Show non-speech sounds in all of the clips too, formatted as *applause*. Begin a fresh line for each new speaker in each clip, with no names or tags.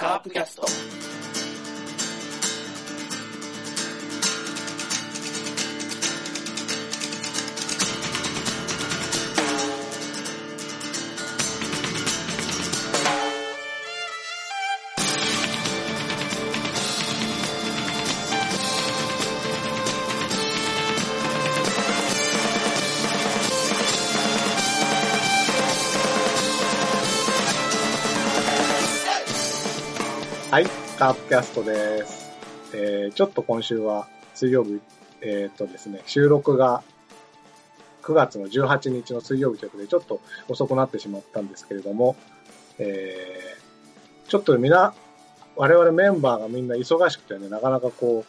カープキャスト。
はい、カープキャストです。えー、ちょっと今週は水曜日、えーっとですね、収録が9月の18日の水曜日ということで、ちょっと遅くなってしまったんですけれども、えー、ちょっとみな、我々メンバーがみんな忙しくてね、なかなかこ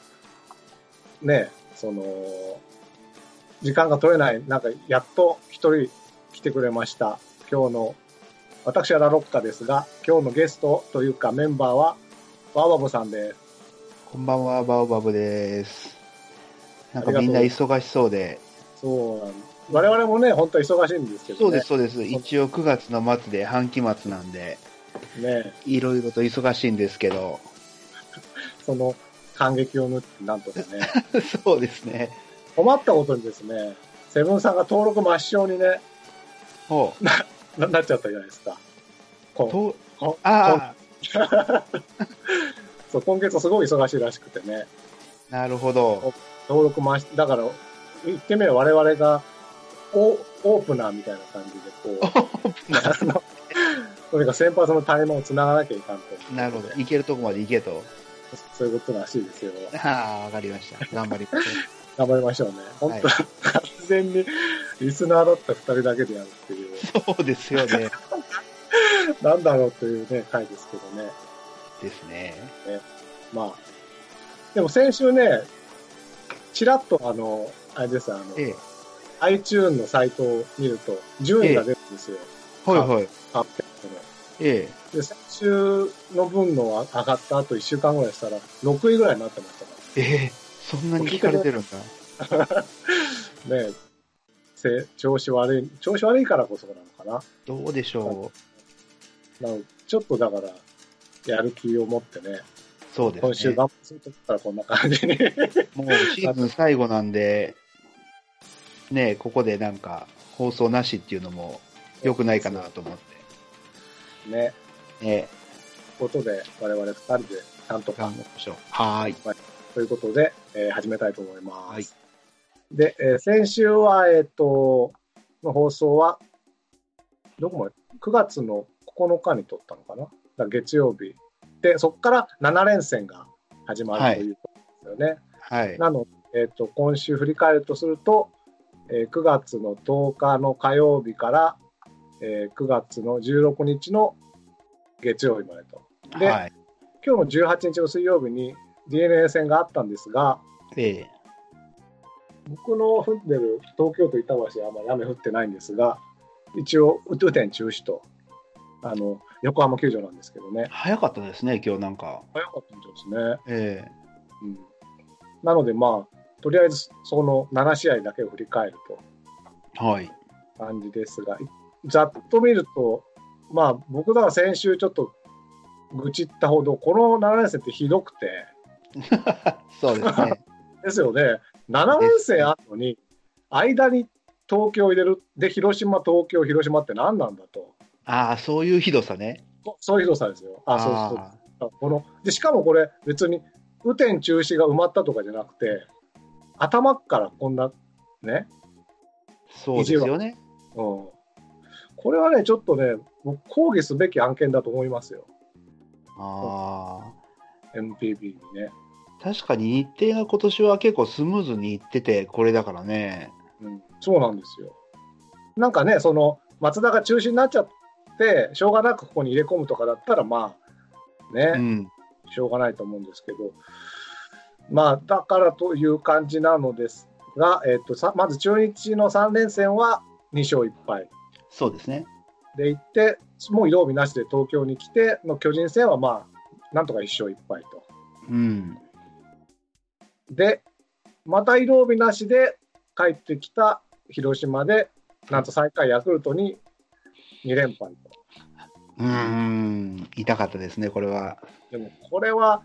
う、ね、その、時間が取れない、なんかやっと一人来てくれました。今日の、私はラロッカですが、今日のゲストというかメンバーは、バーバボさんです。
こんばんは、バオバブです。なんかみんな忙しそうで。
そうなん我々もね、本当は忙しいんですけどね。
そうです、そうです。一応9月の末で半期末なんで、
ね、
いろいろと忙しいんですけど、 *laughs*
その感激を縫って、なんとかね。 *laughs*
そうですね。
困ったことにですね、セブンさんが登録抹消にね、
ほう。
ななっちゃったじゃないですか。こ
と
うこ
ああ、
そう今月すごい忙しいらしくてね、
なるほど。
登録抹消、だから、言ってみれば我々がオオープナーみたいな感じで、こう、
*laughs*
あの、とにかく先発の対応をつながなきゃいかんと。
なるほど。行けるとこまで行けと。
そういうことらしいですよ。
ああ、わかりました。頑張りまし *laughs*
頑張りましょうね。
ょ
本
う。
当
はい、
完全にリスナーだった二人だけでやるって
*laughs*
いう、
そうですよね。
なんだろうというね、回ですけどね。
ですね。
まあ。でも先週ね、ちらっとあの、あれです、あの、
ええ。
iTune のサイトを見ると、順位が出るんですよ。
ほいほい。
カープキャストの
ええ。
で、先週の分の上がった後1週間ぐらいしたら、6位ぐらいになってましたか
ええ。そんなに聞かれてるんだ。
ら。ねせ調子悪い、調子悪いからこそなのかな。
どうでしょ
なのでちょっとだから、やる気を持ってね、
う。そうで
今
す
週
ね。
頑張るとったらこんな感じに。
もうシーズン最後なんで、ねえ、ここでなんか放送なしっていうのも *laughs* 良くないかなと思っ
ね。
て、ねえ、
ことで、我々二人で、ちゃんと
頑張りましょう。はーい。
ということで、えー始めたいと思います。
はい
で、えー先週は、えっ、と、の放送は、どこまで ?9 月の9日に撮ったのかなだから月曜日。で、そこから7連戦が始ま
は
る
い
ということですよね。
はい。
なので、えっ、と、今週振り返るとすると、えー9月の10日の火曜日から、えー9月の16日の月曜日までと。で
はい。
今日の18日の水曜日に DNA 戦があったんですが、
ええ、
僕の降ってる東京都板橋はあんまり雨降ってないんですが、一応、雨天中止と、あの横浜球場なんですけどね、
早かったですね、今日なんか。
早かったんですね。
え
うん、なので、まあ、とりあえずその7試合だけを振り返る
え、はい。 *laughs*
と感じですが、いざっと見ると、まあ、僕だから先週ちょっと愚痴ったほど、この7連戦ってひどくて、
そうですね。
ですよね、7連戦あるのに、間に東京入れる、で、広島、東京、広島って何なんだと。
ああ、そういうひどさね。
そうそういう広さですよ。あ、そうそう
あ
そうこので。しかもこれ、別に雨天中止が埋まったとかじゃなくて、頭からこんな、ね、
ーそうですよね。
うん。これはね、ちょっとね、僕抗議すべき案件だと思いますよ。
ああ。
MPB にね。
確かに日程が今年は結構スムーズにいってて、これだからね。
うん、そうなんですよ。なんかね、その、松田が中止になっちゃって、しょうがなくここに入れ込むとかだったら、まあ、ね、
うん。
しょうがないと思うんですけど、まあ、だからという感じなのですが、えっとさまず中日の3連戦は2勝1敗
そうですね。
で行って、もう曜日なしで東京に来ての巨人戦は、まあ、なんとか1勝1敗と。
うん。
で、また曜日なしで帰ってきた広島で、なんと最下位ヤクルトに2連敗と。
うーん、痛かったですね、これは。
でもこれは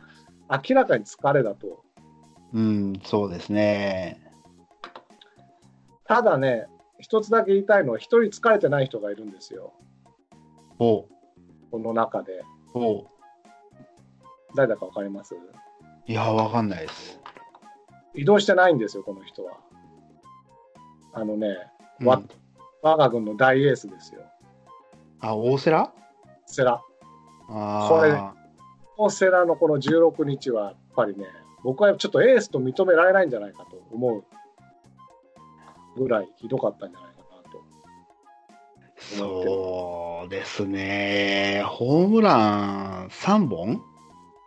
明らかに疲れだと。
うん、そうですね。
ただね、一つだけ言いたいのは、一人疲れてない人がいるんですよ。
ほ
この中で。
う、ほ
誰だかわかります
う。いや、わかんないです。
移動してないんですよ、この人は。あのね、
うん
わ我が軍の大エースですよ。
あ、大瀬良あ
セラ。
あ。
これこのセラのこの16日は、やっぱりね、僕はちょっとエースと認められないんじゃないかと思うぐらいひどかったんじゃないかなと。
そうですね。ホームラン3本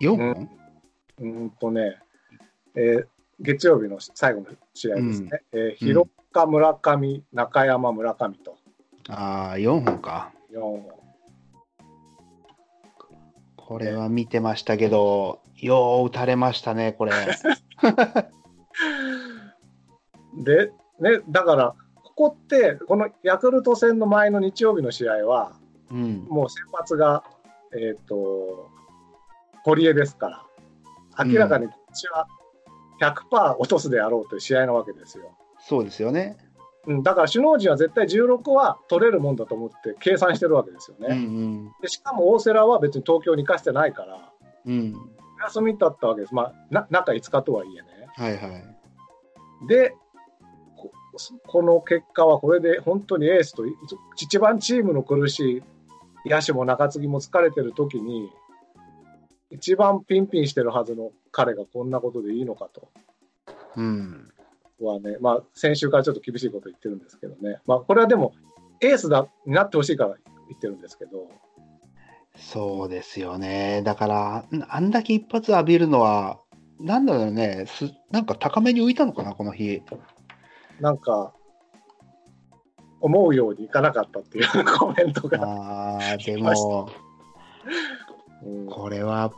?4 本、
うーんとね、えー月曜日の最後の試合ですね、えー広岡、村上、中山、村上と
ああ、4本か。
4本。
これは見てましたけど、よう打たれましたね、
*laughs*
これ。
で、ね、だから、ここって、このヤクルト戦の前の日曜日の試合は、
うん。
もう先発が、えっ、と、堀江ですから、明らかにこっちは100%落とすであろうという試合なわけですよ。
そうですよね。
うん、だから首脳陣は絶対16は取れるもんだと思って計算してるわけですよね。
うんうん。
でしかも大瀬良は別に東京に行かせてないから、
うん。
休みだったわけです、まあ、な中5日とはいえね。
はいはい。
で、ここの結果はこれで本当にエースと、一番チームの苦しい野手も中継ぎも疲れてる時に、一番ピンピンしてるはずの彼がこんなことでいいのかと
うん。
はね、まあ、先週からちょっと厳しいこと言ってるんですけどね、まあ、これはでも、エースだになってほしいから言ってるんですけど、
そうですよね。だから、あんだけ一発浴びるのは、なんだろうね、すなんか高めに浮いたのかな、この日。
なんか、思うようにいかなかったっていうコメントが。
あ
*laughs*
あ、で
来まし
も、
うん
これは、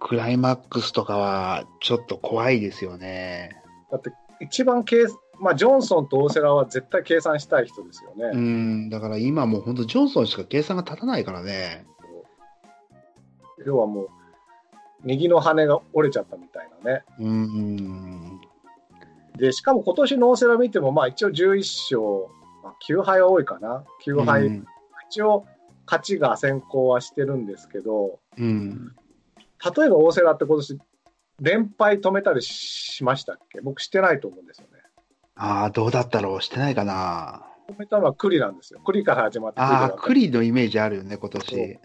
クライマックスとかは、ちょっと怖いですよね。
だって一番計、まあ、ジョンソンと大瀬良は絶対計算したい人ですよね。
うん、だから今もう本当、ジョンソンしか計算が立たないからね。
要はもう右の羽が折れちゃったみたいなね。
うん、
でしかも今年の大瀬良見てもまあ一応11勝、まあ、9敗は多いかな9敗、
うん
一応勝ちが先行はしてるんですけど
うん、
例えば大瀬良って今年連敗止めたりしましたっけ僕してないと思うんですよね。
ああ、どうだったろう、してないかな。
止めたのはクリなんですよ。クリから始まって
ああ、ク
リ
リのイメージあるよね、今年。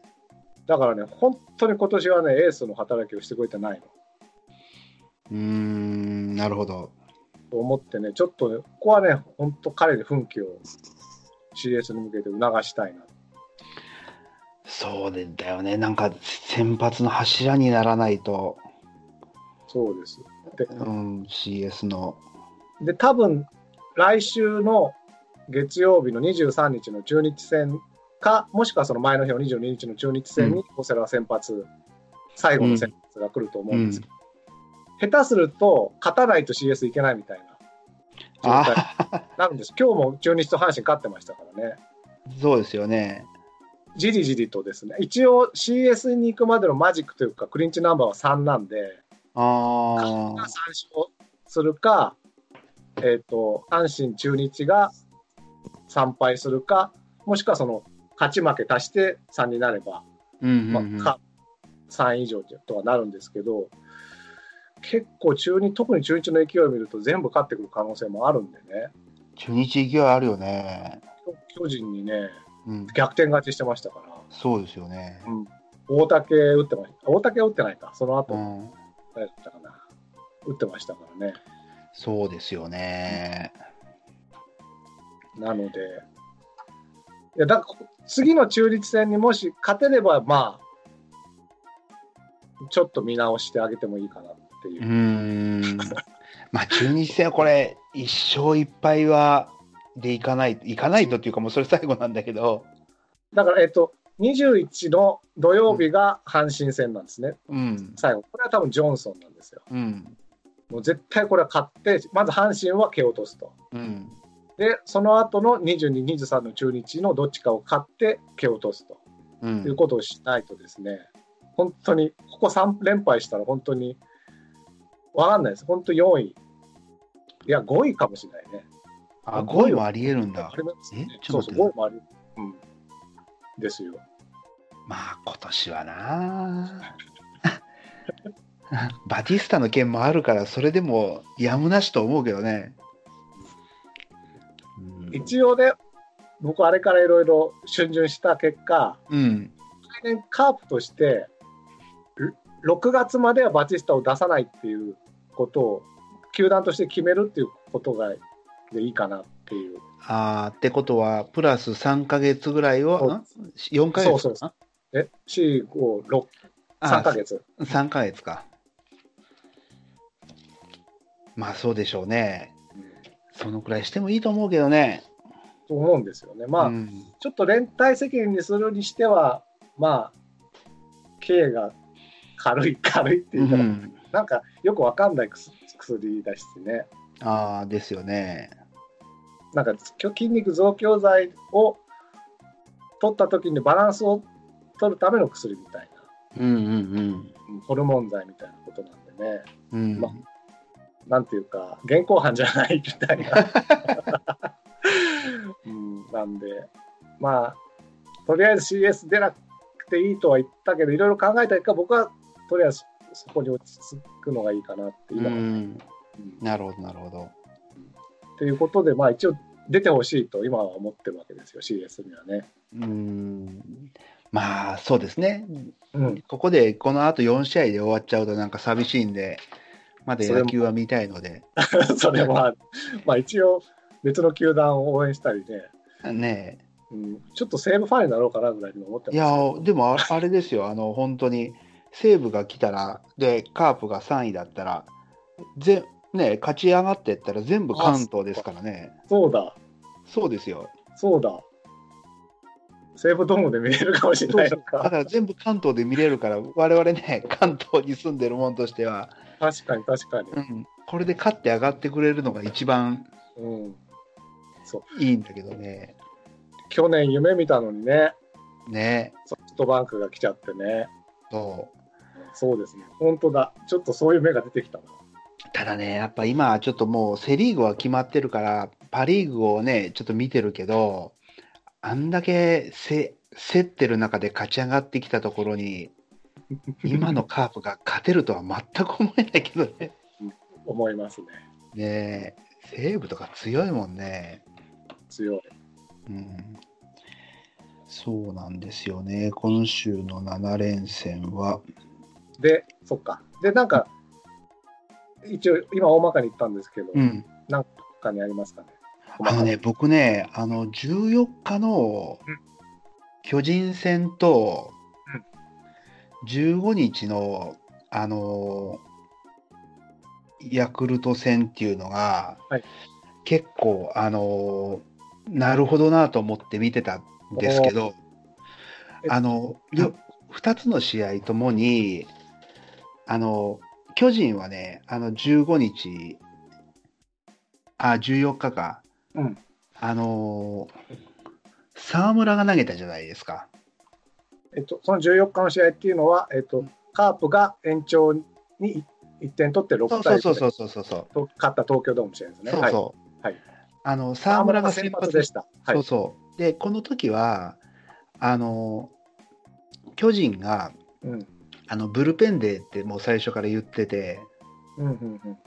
だからね、本当に今年はね、エースの働きをしてくれてないの。
うん、なるほど。
と思ってね、ちょっとね、ここはね、本当、彼に奮起を CS に向けて促したいな。
そうだよね、なんか先発の柱にならないと、
そうです。で、
うん、CS の。
で多分来週の月曜日の23日の中日戦か、もしくはその前の日の22日の中日戦
う
に、オセラ先発、最後の先発が来ると思うんですけど、下手すると、勝たないと CS いけないみたいな状態
ああ、
になるんです。今日も中日と阪神勝ってましたからね。
*laughs* そうですよね。
じりじりとですね、一応 CS に行くまでのマジックというか、クリンチナンバーは3なんで、
あ
が
あ
3、勝するか、えっと阪神、中日が3敗するか、もしくはその勝ち負け足して3になれば、
うん
まあ
うんうん
か3以上とはなるんですけど、結構中日、特に中日の勢いを見ると、全部勝ってくる可能性もあるんでね、
中日勢いあるよね。
巨人にね、
うん、
逆転勝ちしてましたから。
そうですよね。
うん大竹打ってました。大竹打ってないか。その後、
うん、
誰だったかな。打ってましたからね。
そうですよね。
なので、いやだから次の中日戦にもし勝てれば、まあ、ちょっと見直してあげてもいいかなっていうう。 *laughs*
ん。まあ、中日戦はこれ、一勝一敗は、でいかない、いかないとっていうか、もうそれ最後なんだけど、
だから、えっと、21の土曜日が阪神戦なんですね、
うん、
最後。これは多分ジョンソンなんですよ。
うん、
もう絶対これは勝って、まず阪神は蹴落とすと。
うん、
で、その後の22、23の中日のどっちかを勝って蹴落とすと。
うん、う。
というんことをしないとですね、本当に、ここ3連敗したら本当に、わかんないです。本当4位。いや、5位かもしれないね。
あ、5位もあり得るんだ
あ。りますね
え。ち
そ
ょ
う
っと待
そ
っ
う、5
て
位もある。うん。ですよ。
まあ、今年はな。 *laughs* バティスタの件もあるから、それでもやむなしと思うけどね。うん
一応ね、僕あれからいろいろ春巡した結果、
うん。
来年カープとして、う6月まではバチスタを出さないっていうことを、球団として決めるっていうことがでいいかなっていう。
ああ、ってことは、プラス3ヶ月ぐらい
そう
を、4ヶ月
そうそうそえ、4、5、6、3ヶ月。
3ヶ月か。まあそうでしょうね。そのくらいしてもいいと思うけどね。
と思うんですよね。まあ、
うん、
ちょっと連帯責任にするにしては、まあ、刑が軽い、軽いっていうか、
うん
なんかよくわかんない薬薬だしね、
ああ、ですよね。
なんか筋肉増強剤を取った時にバランスを取るための薬みたいな。
うんうん
うんホルモン剤みたいなことなんでね、
うん。うん
まなんていうか、現行犯じゃないみたいな、 *laughs* うん、なんで、まあ、とりあえず CS 出なくていいとは言ったけど、いろいろ考えた結果、僕はとりあえずそこに落ち着くのがいいかなって、今、
う
うん
ん、なるほど、なるほど。
っていうことで、まあ、一応出てほしいと今は思ってるわけですよ、CS にはね。
うん。まあそうですね。
うん、
ここで、このあと4試合で終わっちゃうとなんか寂しいんで、まだ野球は見たいので。
*laughs* それは、まあ、一応、別の球団を応援したりね、
ね
うん、ちょっと西武ファンになろうかなぐらいに思ってます
え。
け
い
ど
や、でもああれですよ、あの、本当に、西武が来たら、で、カープが3位だったら、ぜねえ、勝ち上がっていったら全部関東ですからね。
そうだ。
そうですよ。
そうだ。西武ドームで見れるかもしれ
そ
な
う
い
そ *laughs*
の
うだか
か。
ら全部関東で見れるから、我々ね、関東に住んでるもんとしては、
確かに確かに。
うん、これで勝って上がってくれるのが一番
うん。
いいんだけどね。
去年夢見たのにね、
ね
ソフトバンクが来ちゃってね。
そう。
そうですね。本当だ。ちょっとそういう目が出てきたな。
ただね、やっぱ今、ちょっともうセ・リーグは決まってるから、パ・リーグをね、ちょっと見てるけど、あんだけせ競ってる中で勝ち上がってきたところに、今のカープが勝てるとは全く思えないけどね。
思いますね。
ねえ、西武とか強いもんね。
強い。
うんそうなんですよね。今週の7連戦は。
で、そっか。で、なんか、一応、今大まかに言ったんですけど、
うん。
他にありますかね。
あのね、僕ね、あの、14日の
うん
巨人戦と
うん、
15日の、あのー、ヤクルト戦っていうのが、
はい
結構、あのー、なるほどなと思って見てたんですけど、
え
あの、よ2つの試合ともに、あの、巨人はね、あの、15日、あ、14日か、
うん。
あのー沢村が投げたじゃないですか。
えっと、その14日の試合っていうのは、えっと、カープが延長に1点取って6
そうそ
対
うそう
1
そ
で
うそうそうそう。
と勝った東京ドーム試合ですね。
そう
はい
そう。
はい
あの
沢
沢
村
村
が
が
先
先
発
発
で
で
し。
したた。そうそう。でこの時はあのー巨人が
うん。
あのブルペンデーってもう最初から言ってて。
うんうんうん。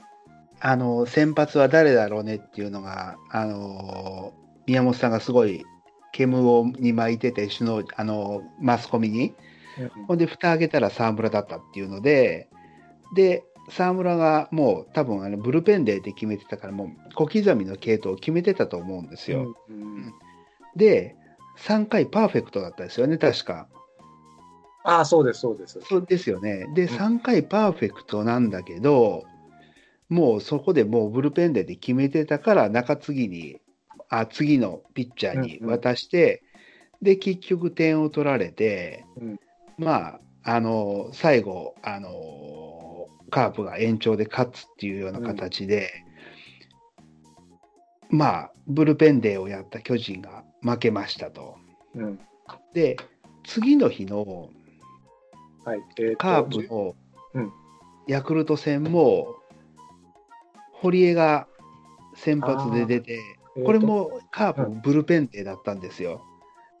あの先発は誰だろうねっていうのが、あのー宮本さんがすごい煙をに巻いてて首脳あのーマスコミに、ほんで、蓋開けたら沢村だったっていうので、で、沢村がもう多分あのブルペンデーで決めてたから、もう小刻みの系統を決めてたと思うんですよ。
うんうん
で、3回パーフェクトだったですよね、確か。
ああ、そうです、そうです。
そうですよね。
ん
で、3回パーフェクトなんだけど、もうそこでもうブルペンデーで決めてたから、中継ぎに、あ、次のピッチャーに渡して、で、結局点を取られて、
うん
まあ、あの、最後、あの、カープが延長で勝つっていうような形で、まあ、ブルペンデーをやった巨人が負けましたと。
うん。
で、次の日の
はい。えーと
カープの
うん
ヤクルト戦も、堀江が先発で出て、
えーと
これもカー
う
プブルペンデーだったんですよ。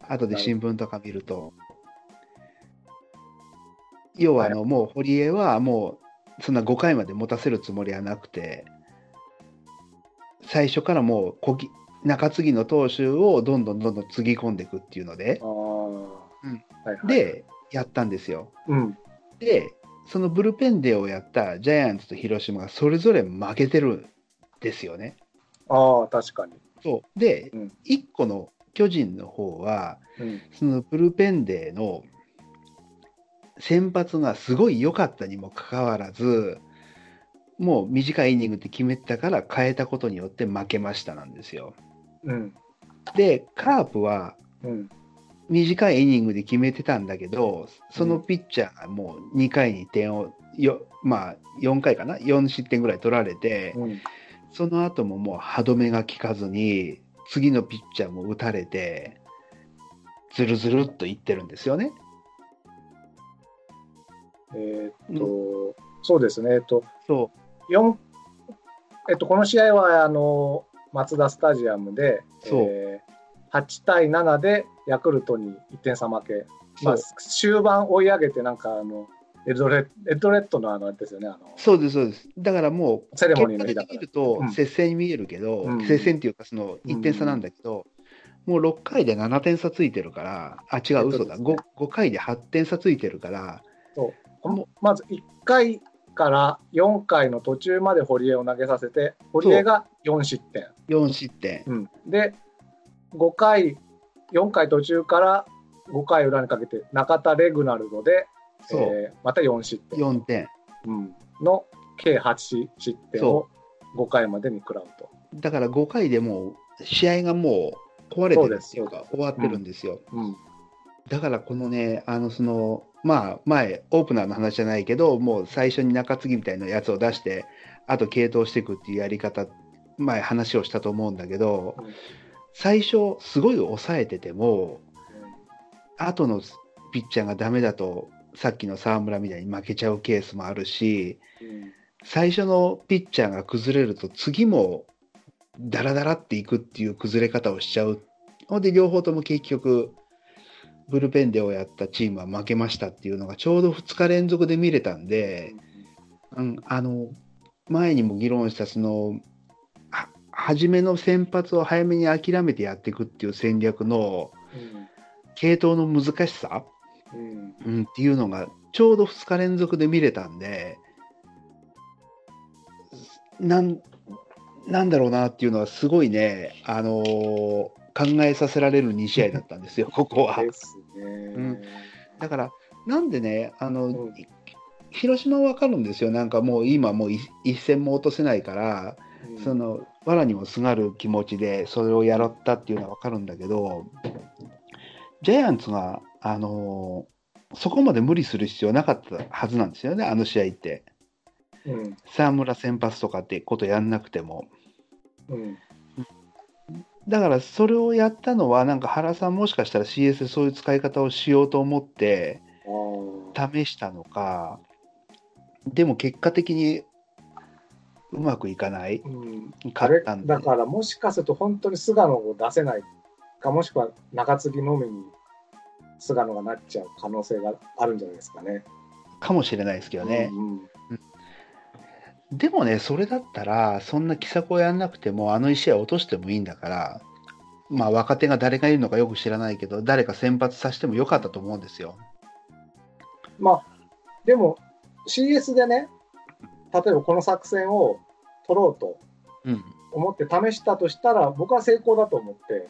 後で新聞とか見ると。要はあの、もう堀江はもうそんな5回まで持たせるつもりはなくて、最初からもうこぎ中継ぎの投手をどんどんどんどんつぎ込んでいくっていうので
あ、ー
うん
はいはい、、
で、やったんですよ。
うん。
で、そのブルペンデーをやったジャイアンツと広島がそれぞれ負けてるんですよね。
ああ、確かに。
そうで、
うん
1個の巨人の方は、
うん。
そのブルペンデーの先発がすごい良かったにもかかわらず、もう短いイニングって決めてたから変えたことによって負けましたなんですよ。
うん。
で、カープは
うん。
短いイニングで決めてたんだけど、そのピッチャーがもう2回に点を、よまあ、4回かな、4失点ぐらい取られて、
うん。
その後ももう歯止めが効かずに、次のピッチャーも打たれて、ずるずるっといってるんですよね。
えーっと、そうですね。えっと、
そ
四えっと、この試合は、あの、マツダスタジアムで、
そう
えー8対7でヤクルトに1点差負け。
う。
まあ
そう、
終盤追い上げて、なんか、あの、エドレエドレッドのあの、あれですよね、あの、
そうです、そうです。だからもう、
セレ
結
モニー
果
の日だ
的
か
に見
ら
る。と
うん
接戦に見えるけど、
うん
接戦っていうか、その1点差なんだけど、もう6回で7点差ついてるから、あ、違う、
そ
嘘だ、
うですね
5, 5回で8点差ついてるから、
もうまず1回から4回の途中まで堀江を投げさせて、堀江が4失点。
4失点。
うん、で5回4回途中から5回裏にかけて中田レグナルドで、
そう、
えーまた4失点、
4点。
うんの計8失点を5回までに食らうと。
だから5回でもう、試合がもう壊れてるっていう
そう
か
で、す
終わってるんですよ。
うん
だからこのね、あの、その、まあ、前、オープナーの話じゃないけど、もう最初に中継ぎみたいなやつを出して、あと継投していくっていうやり方、前話をしたと思うんだけど
うん、
最初、すごい抑えてても、後のピッチャーがダメだと、さっきの沢村みたいに負けちゃうケースもあるし、
うん
最初のピッチャーが崩れると次もダラダラっていくっていう崩れ方をしちゃうほんで両方とも結局ブルペンデーをやったチームは負けましたっていうのがちょうど2日連続で見れたんで、うん、あの前にも議論したそのは初めの先発を早めに諦めてやっていくっていう戦略の系統の難しさ、
うんうん
うん、っていうのがちょうど2日連続で見れたんでなんなんだろうなっていうのはすごいね、あのー考えさせられる2試合だったん
*laughs*
ですよ、ここは。
ですね。
んだからなんでねあの、
うん
い広島は分かるんですよなんかもう今もうい一戦も落とせないから、
うん
その藁にもすがる気持ちでそれをやったっていうのは分かるんだけどジャイアンツが、あのーそこまで無理する必要なかったはずなんですよねあの試合って
うん
沢村先発とかってことやんなくても
うん
だからそれをやったのはなんか原さんもしかしたら CS でそういう使い方をしようと思って
あー
試したのかでも結果的にうまくいかない
うんあ
勝
れ
ったんで
だからもしかすると本当に菅野を出せないかもしくは中継ぎのみに菅野がなっちゃう可能性があるんじゃないですかね。
かもしれないですけどね。
うんうん
でもね、それだったら、そんな奇策をやんなくても、あの1試合落としてもいいんだから、まあ、若手が誰がいるのかよく知らないけど、誰か先発させてもよかったと思うんですよ。
まあでも CS でね例えばこの作戦を取ろうと
うん。
思って試したとしたら僕は成功だと思って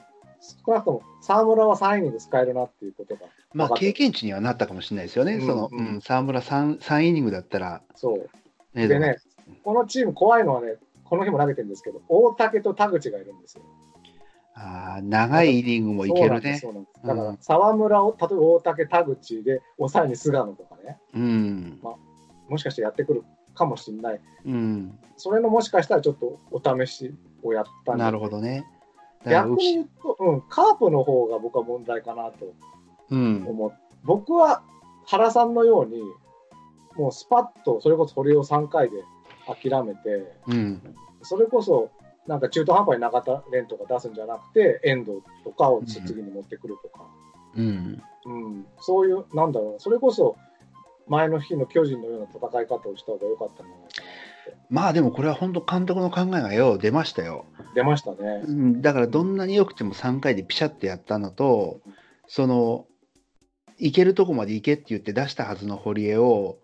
少なくとも沢村は3イニング使えるなっていうことが
ま
分
あ、
かった
経験値にはなったかもしれないですよね。
うん
その、
うん
うん、沢村 3, 3イニングだったら、
そう
ね
でねこのチーム怖いのはねこの日も投げてるんですけど大竹と田口がいるんですよ。
あー長いイニングもいけるね。
そうなんです。そうなんですだか
う
ら沢
ん、
村を、例えば大竹、田口で、抑えに菅野とかね、
うん。
もしかしてやってくるかもしれない。
うん。
それのもしかしたらちょっとお試しをやったんで
なるほどね。だから
逆に言うと、うん、カープの方が僕は問題かなと
うん。
思っ僕は原さんのように、もうスパッと、それこそ堀を3回で諦めて、
うん。
それこそ、なんか中途半端に中田蓮とか出すんじゃなくて、遠藤とかを次に持ってくるとか、
うん。
うん、そういう、なんだろうな、それこそ、前の日の巨人のような戦い方をした方が良かったんじゃないか
まあでもこれは本当監督の考えがよう出ましたよ。
な。出ましたね
う。ん、だからどんなに良くても3回でピシャってやったのと、その、行けるとこまで行けって言って出したはずの堀江を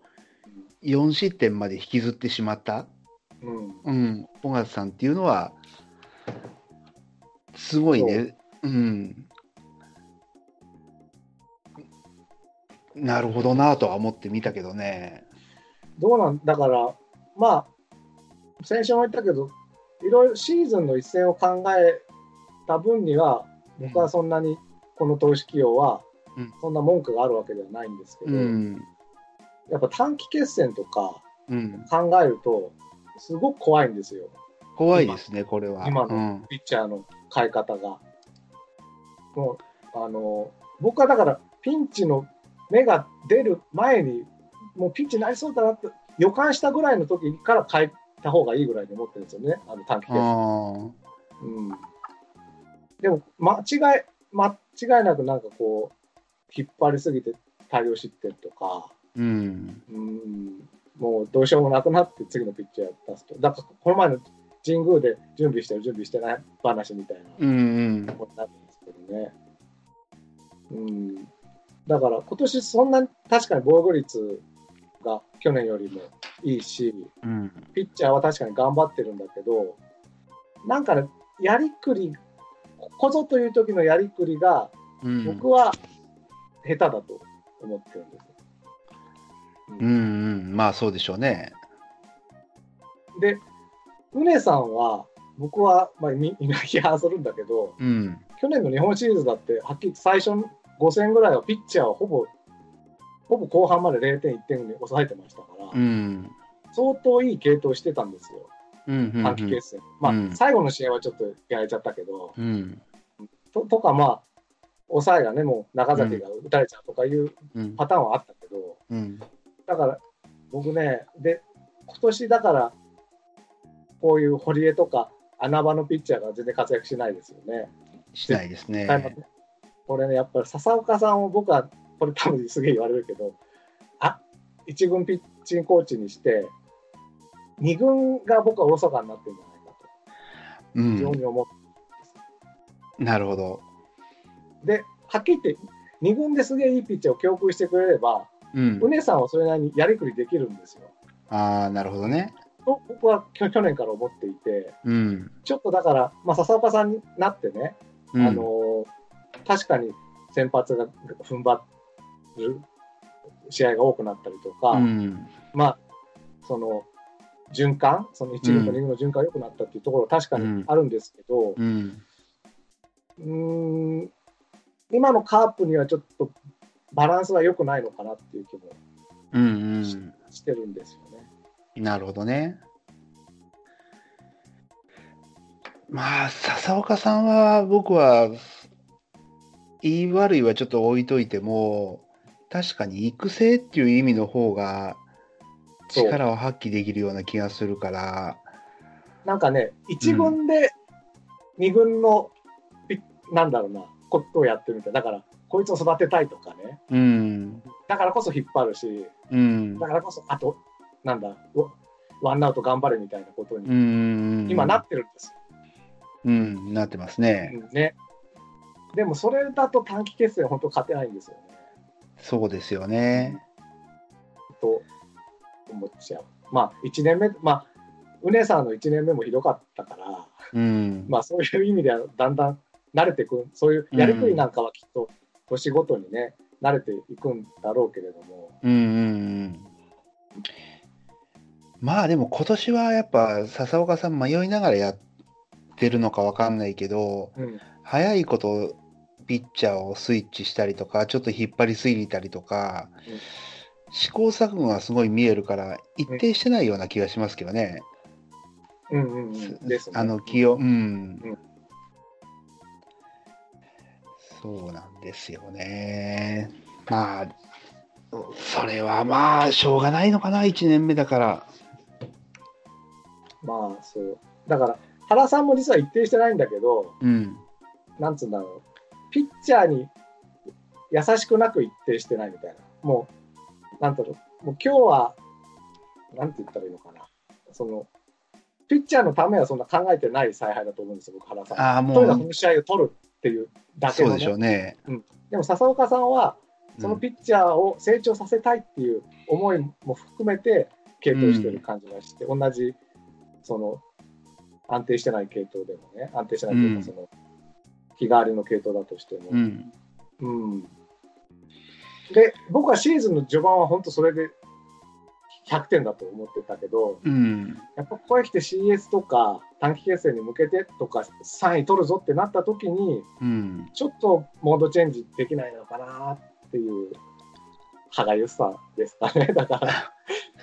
4失点まで引きずってしまった、
うん。
うん、小勝さんっていうのは、すごいね。うん。なるほどなとは思ってみたけどね。
どうなんだから、まあ、先週も言ったけど、いろいろシーズンの一戦を考えた分には、僕はそんなにこの投資企業は
うん、
そんな文句があるわけではないんですけど、
うん。
やっぱ短期決戦とか
うん。
考えると、すごく怖いんですよ、
怖いですね、これは。
今の
うん。
ピッチャーの変え方が。もうあの僕はだから、ピンチの目が出る前に、もうピンチになりそうだなって予感したぐらいの時から変えた方がいいぐらいに思ってるんですよね、あの短期決
あ
戦。
ー
うん、でも、間違い、間違いなくなんかこう、引っ張りすぎて対応失点とか、
うん。
うん、もうどうしようもなくなって次のピッチャー出すと。だから、この前の神宮で準備してる、準備してない話みたいな。
うんうん。
ことになるんですけどね。うん、だから今年そんなに確かに防御率が去年よりもいいし、
うん
ピッチャーは確かに頑張ってるんだけど、なんかね、やりくり、こぞという時のやりくりが、
うん
僕は下手だと思ってるんです。
うんうん、まあそうでしょうね。
で、うねさんは、僕は、まあ、み *laughs* みんな批判するんだけど、
うん。
去年の日本シリーズだって、はっきり言って最初の5戦ぐらいはピッチャーはほぼ、ほぼ後半まで0点、1点に抑えてましたから、
うん。
相当いい継投してたんですよ、
うん。うん
短期決戦。
うん
まあ、最後の試合はちょっとやられちゃったけど、
うん。
ととか、まあ、抑えがね、もう中崎が打たれちゃうとかいう
うん。
パターンはあったけど、
うん。
だから、僕ね、で、今年だから、こういう堀江とか穴場のピッチャーが全然活躍しないですよね。
しないですね。
開幕これね、やっぱり笹岡さんを僕は、これ多分すげえ言われるけど、あ一軍ピッチングコーチにして、二軍が僕はおろそかになってるんじゃないかと、
う
非常
ん。
に思って、
なるほど。
で、はっきり言って、二軍ですげえいいピッチャーを供給してくれれば、
うん
う。ねさんはそれなりにやりくりできるんですよ。
ああ、なるほどね。
と僕は去去年から思っていて、
うん。
ちょっとだから、まあ、笹岡さんになってね、
うん
あの確かに先発が踏ん張る試合が多くなったりとか、
うん。
まあ、その循環、その1軍と2軍の循環が良くなったっていうところは確かにあるんですけど、う
うん。
ーん、今のカープにはちょっとバランスが良くないのかなっていう気も
うん。うん。
してるんですよね。
なるほどね。まあ、笹岡さんは僕は、言い悪いはちょっと置いといても、確かに育成っていう意味の方が
そう
力を発揮できるような気がするから、
なんかね、1軍で2軍のピ、なんだろうな、ことをやってるみたいな、だから、こいつを育てたいとかね、
うん、
だからこそ引っ張るし、
うん、
だからこそ、あと、なんだ、ワワンアウト頑張れみたいなこと
う
に、
ん、
今なってるんですよ
うん、なってますね。
ね。でもそれだと短期決戦、本当勝てないんですよね。
そうですよね。
と思っちゃう。まあ、1年目、まあ、うねさんの1年目もひどかったから、
うん、
まあ、そういう意味ではだんだん慣れてくる、そういうやりくりなんかはきっと、年ごとにね、慣れていくんだろうけれども、
うん、うん、うん。まあでも今年はやっぱ笹岡さん迷いながらやってるのかわかんないけど、
うん、
早いことピッチャーをスイッチしたりとか、ちょっと引っ張りすぎたりとか、
うん
試行錯誤がすごい見えるから、一定してないような気がしますけどね。
うん、うん、うん、ですね。
あの気を、うん、
うん
そうなんですよね。まあ、それはまあ、しょうがないのかな、1年目だから。
まあ、そう。だから、原さんも実は一定してないんだけど、
うん。
なんつうんだろう。ピッチャーに優しくなく一定してないみたいな。もう、なんだろう。もう今日は、なんて言ったらいいのかな。その、ピッチャーのためはそんな考えてない采配だと思うんですよ、僕、原さん。
ああ、
と
も
にかくこ
う、
の試合を取るっていうだけ
そ
の、
う
ね、
でしょうね。
でも笹岡さんはその
うん
ピッチャーを成長させたいっていう思いも含めて継投してる感じがして、同じその安定してない系統でもね安定してないという
うん
かその日替わりの系統だとしても、
うん。
うんで僕はシーズンの序盤は本当それで100点だと思ってたけど
うん。
やっぱここへ来て CS とか短期決戦に向けてとか3位取るぞってなった時に
うん。
ちょっとモードチェンジできないのかなっていう歯がゆさですかね、 *laughs* だから。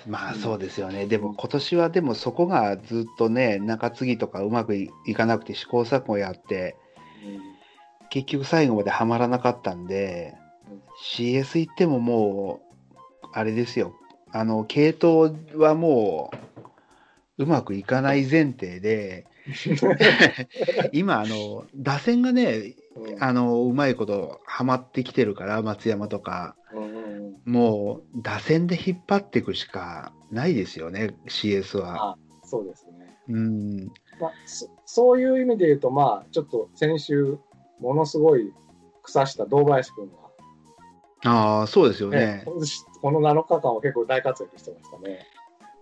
まあそうですよね、でも今年はでもそこがずっとね、中継ぎとかうまくいいかなくて試行錯誤やって、結局最後まではまらなかったんで
うん、
CS 行ってももう、あれですよ、あの系統はもううまくいかない前提 *laughs* で、今あの、打線がね、あのうまいことはまってきてるから、松山とか、
うん
もう打線で引っ張っていくしかないですよね、CS は。
あそうですね、
うん、
まあそ。そういう意味で言うと、まあ、ちょっと先週、ものすごい草した堂林君
ああそうですよ
が、ね
ね。
この7日間は結構大活躍してましたね。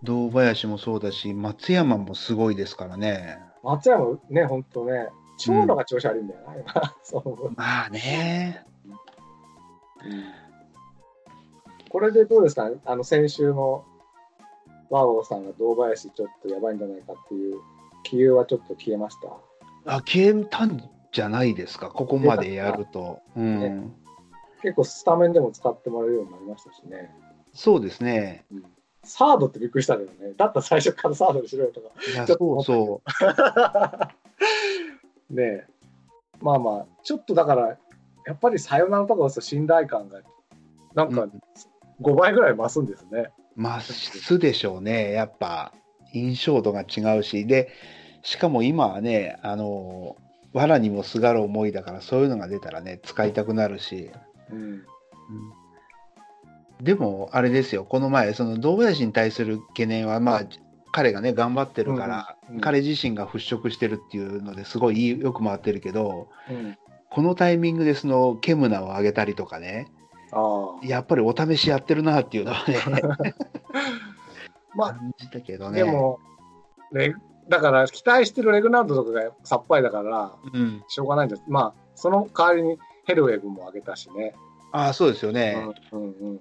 堂林もそうだし松山もすごいですからね。
松山、ね、本当ね、長野が調子悪いんだよな、今。そう
まあね。
これでどうですかね、あの先週のワーオさんが堂林ちょっとやばいんじゃないかっていう気憂はちょっと消えました。
あ消えたんじゃないですかここまでやると。うん、
結構スタメンでも使ってもらえるようになりましたしね。
そうですね。
サードってびっくりしたけどね。だったら最初からサードにしろよとか。
いや
ちょっ
そうそ
*laughs*
う。
ねえ。まあまあ、ちょっとだから、やっぱりサヨナラとか打つと信頼感が、なん
う
か
ん
5倍ぐらい増すんですね。
まあ質でしょうねやっぱ印象度が違うしでしかも今はねあの藁にもすがる思いだからそういうのが出たらね使いたくなるし。
うん。
でも、あれですよ、この前、その堂林に対する懸念は、まあ、彼がね、頑張ってるから、
うんうん
彼自身が払拭してるっていうのですごいいいよく回ってるけど、
うん、
このタイミングでそのケムナを上げたりとかね、
ああ。
やっぱりお試しやってるなっていう
*laughs*
のはね、
まあ、
感じたけど
で
ね。
も、レだから期待してるレグナルドとかがさっぱりだから、
うん、
しょうがないんです。まあ、その代わりにヘルウェグも上げたしね。
ああ、そうですよね。
うんうんうん、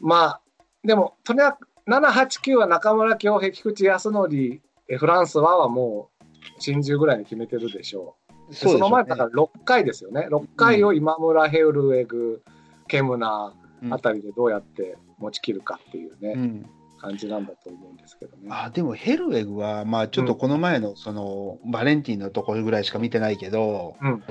まあ、でも、とにかく、7、8、9は中村京平、菊池康則、えフランスははもう、真珠ぐらいに決めてるでしょう。で
そうで
そ
すよ
の
ね
前だから6回ですよね。6回を今村、ヘルウェグ、ケムナあたりでどうやって持ち切るかっていうね、
うん
感じなんだと思うんですけどね。
あでもヘルウェグは、まあ、ちょっとこの前のそのバレンティンのところぐらいしか見てないけど、
うん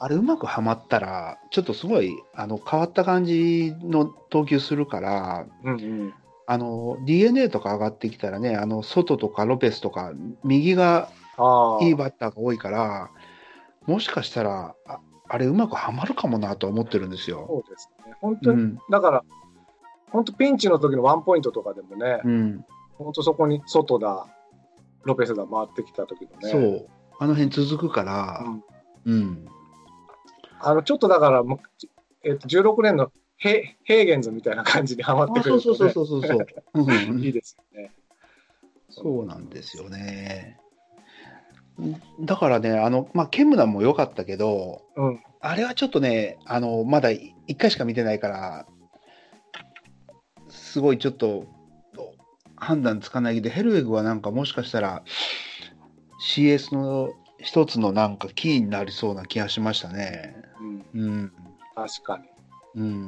あれうまくはまったらちょっとすごいあの変わった感じの投球するから
うんうん
あの d n a とか上がってきたらねあのソトとかロペスとか右が
ああ
いいバッターが多いからもしかしたらああれうまくはまるかもなとは思ってるんですよ。
そうですね。本当
う
に、
ん
だから、本当ピンチの時のワンポイントとかでもね、
うん
本当そこに外だ、ロペスだ回ってきた時のね、
そうあの辺続くから、うん
あのちょっとだから、むえっと16年のヘヘーゲンズみたいな感じにはまってく
あそ
る
うそう
と、
そう
ね
そうそうそう。うん
いいですよね。
そうなんですよね。だからね、あの、まあ、ケムナも良かったけど、
うん、
あれはちょっとね、あの、まだ1回しか見てないから、すごいちょっと判断つかないけど、ヘルウェグはなんかもしかしたら CS の一つのなんかキーになりそうな気がしましたね。
うん、
うん。
確かに。
うん。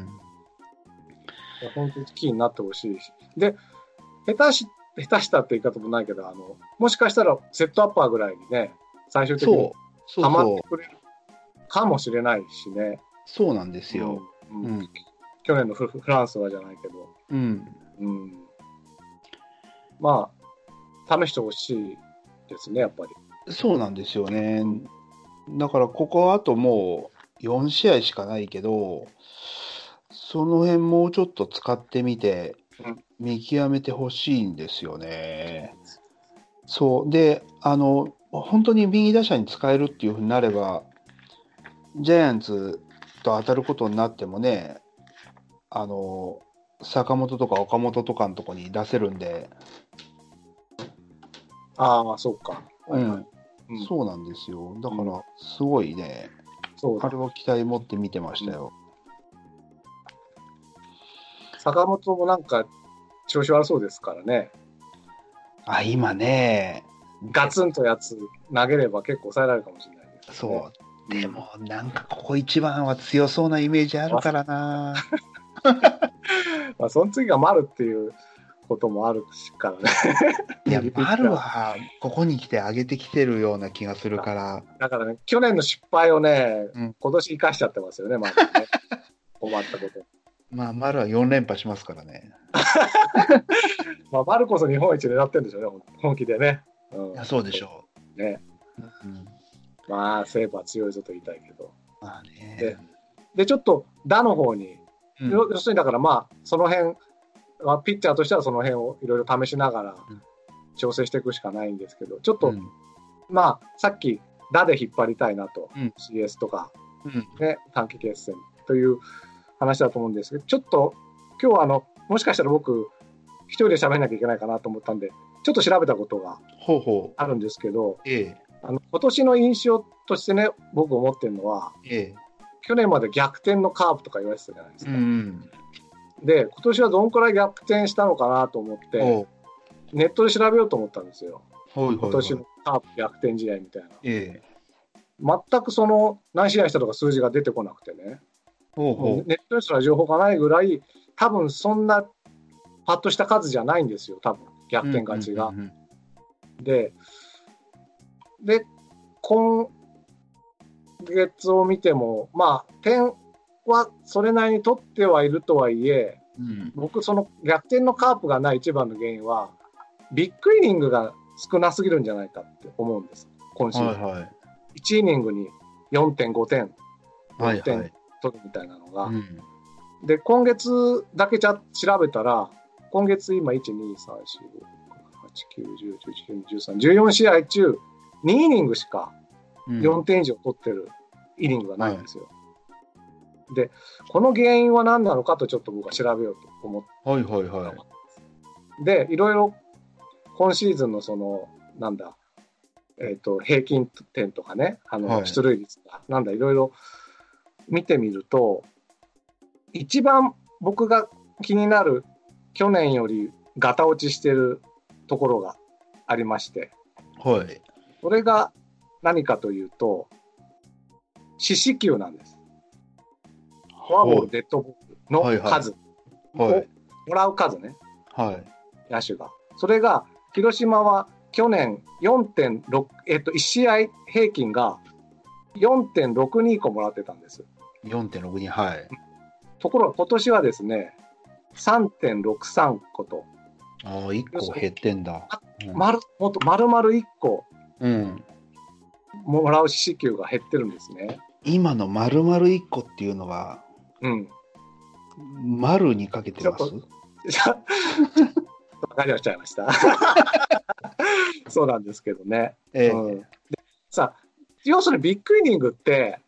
いや本当にキーになってほしいし。で、下手し、下手したって言い方もないけど、あのもしかしたらセットアッパーぐらいにね、最終的
そう
に。
そう
はまっ
そ
てくれるかもしれないしね。
う。そうなんですよ。
うん
う
うん
ん。
去年のフフランスはじゃないけど、
うん。
うん、まあ、試してほしいですね、やっぱり。
そうなんですよね。だから、ここはあともう4試合しかないけど、その辺もうちょっと使ってみて
うん、
見極めてほしいんですよね。そう。で、あの、本当に右打者に使えるっていうふうになれば、ジャイアンツと当たることになってもね、あの、坂本とか岡本とかのとこに出せるんで、
ああ、そうか。
うん、
うん
そうなんですよ。だか
う
ら、すごいね、
そう
あ
だ
れは期待持って見てましたよ。
坂本もなんか調子悪そうですからね、
あ、今ね、
ガツンとやつ投げれば結構抑えられるかもしれないです、ね。
そう。
うん
でも、なんかここ一番は強そうなイメージあるからな。
まあ、その次が丸っていうこともあるしからね。
いや、丸は、ここに来て上げてきてるような気がするから、
だからね、去年の失敗をね、
うん
今年生かしちゃってますよね、丸ね。困った
*laughs*
こと。
まあ、丸は4連覇しますからね。
まあ、丸こそ日本一狙ってるんでしょうね、ほん本気でね。うん
いやそうでしょ
う。ね。
う。うん、
まあ、セーブは強いぞと言いたいけど。
まあね
で。で、ちょっと、打の方に、
うん
要要するにだからまあ、その辺、まあ、ピッチャーとしてはその辺をいろいろ試しながら
うん
調整していくしかないんですけど、ちょっと、
うん
まあ、さっき、打で引っ張りたいなと、
うん
CS とか、
うん
ね、短期決戦という話だと思うんですけど、ちょっと今日はあの、もしかしたら僕、一人で喋らなきゃいけないかなと思ったんで、ちょっと調べたことが
ほうほう。
あるんですけど、
ええ、
あの今年の印象としてね、僕思ってるのは、
ええ。
去年まで逆転のカーブとか言われてたじゃないです
う
か。
ん。
で、今年はどんくらい逆転したのかなと思って、
ほう
ネットで調べようと思ったんですよ。
ほい
今
ほいほ
年の
い。
カーブ逆転試合みたいな。
ええ。
全くその何試合したとか数字が出てこなくてね。
ほうほう。
ネットにすら情報がないぐらい、多分そんなパッとした数じゃないんですよ、多分逆転勝ちが。
うんうんうん
で、で、今月を見ても、まあ、点はそれなりに取ってはいるとはいえ、
うん。うん
僕、その逆転のカープがない一番の原因は、ビッグイニングが少なすぎるんじゃないかって思うんです、今シーズン。
はいはい。
1イニングに4.5点
はいは
点
い。
取るみたいなのが。
うん
で、今月だけじゃ調べたら、今月今、1、2、3、4、5、6、8、9、10、11、12、13、14試合中、2イニングしか
うん
4点以上取ってるイニングがないんですよ。で、この原因は何なのかとちょっと僕は調べようと思っ
はいはいはい。
て、いろいろ今シーズンのその、なんだ、えっ、と、平均点とかね、あ
は
の、
い
出塁率が、なんだ、いろいろ見てみると、一番僕が気になる去年よりガタ落ちしてるところがありまして、
はい。
それが何かというと、四死球なんです。フォアボール、デッドボールの数、
はい。
もらう数ね、
はい。
野手が。それが、広島は去年4.6、えっと、1試合平均が4.62個もらってたんです。
4.62、はい。
ところが今年はですね、3.63個と、
ああ、一個減ってんだ。
まる、もっと丸々1個
うん。
もらう四死球が減ってるんですね。
今の丸々一個っていうのは、
うん。 *laughs*
丸にかけてます
ちょじゃあ、わかりましちゃいました。 *laughs* そうなんですけどね。
ええ。
うんでさあ、要するにビッグイニングって、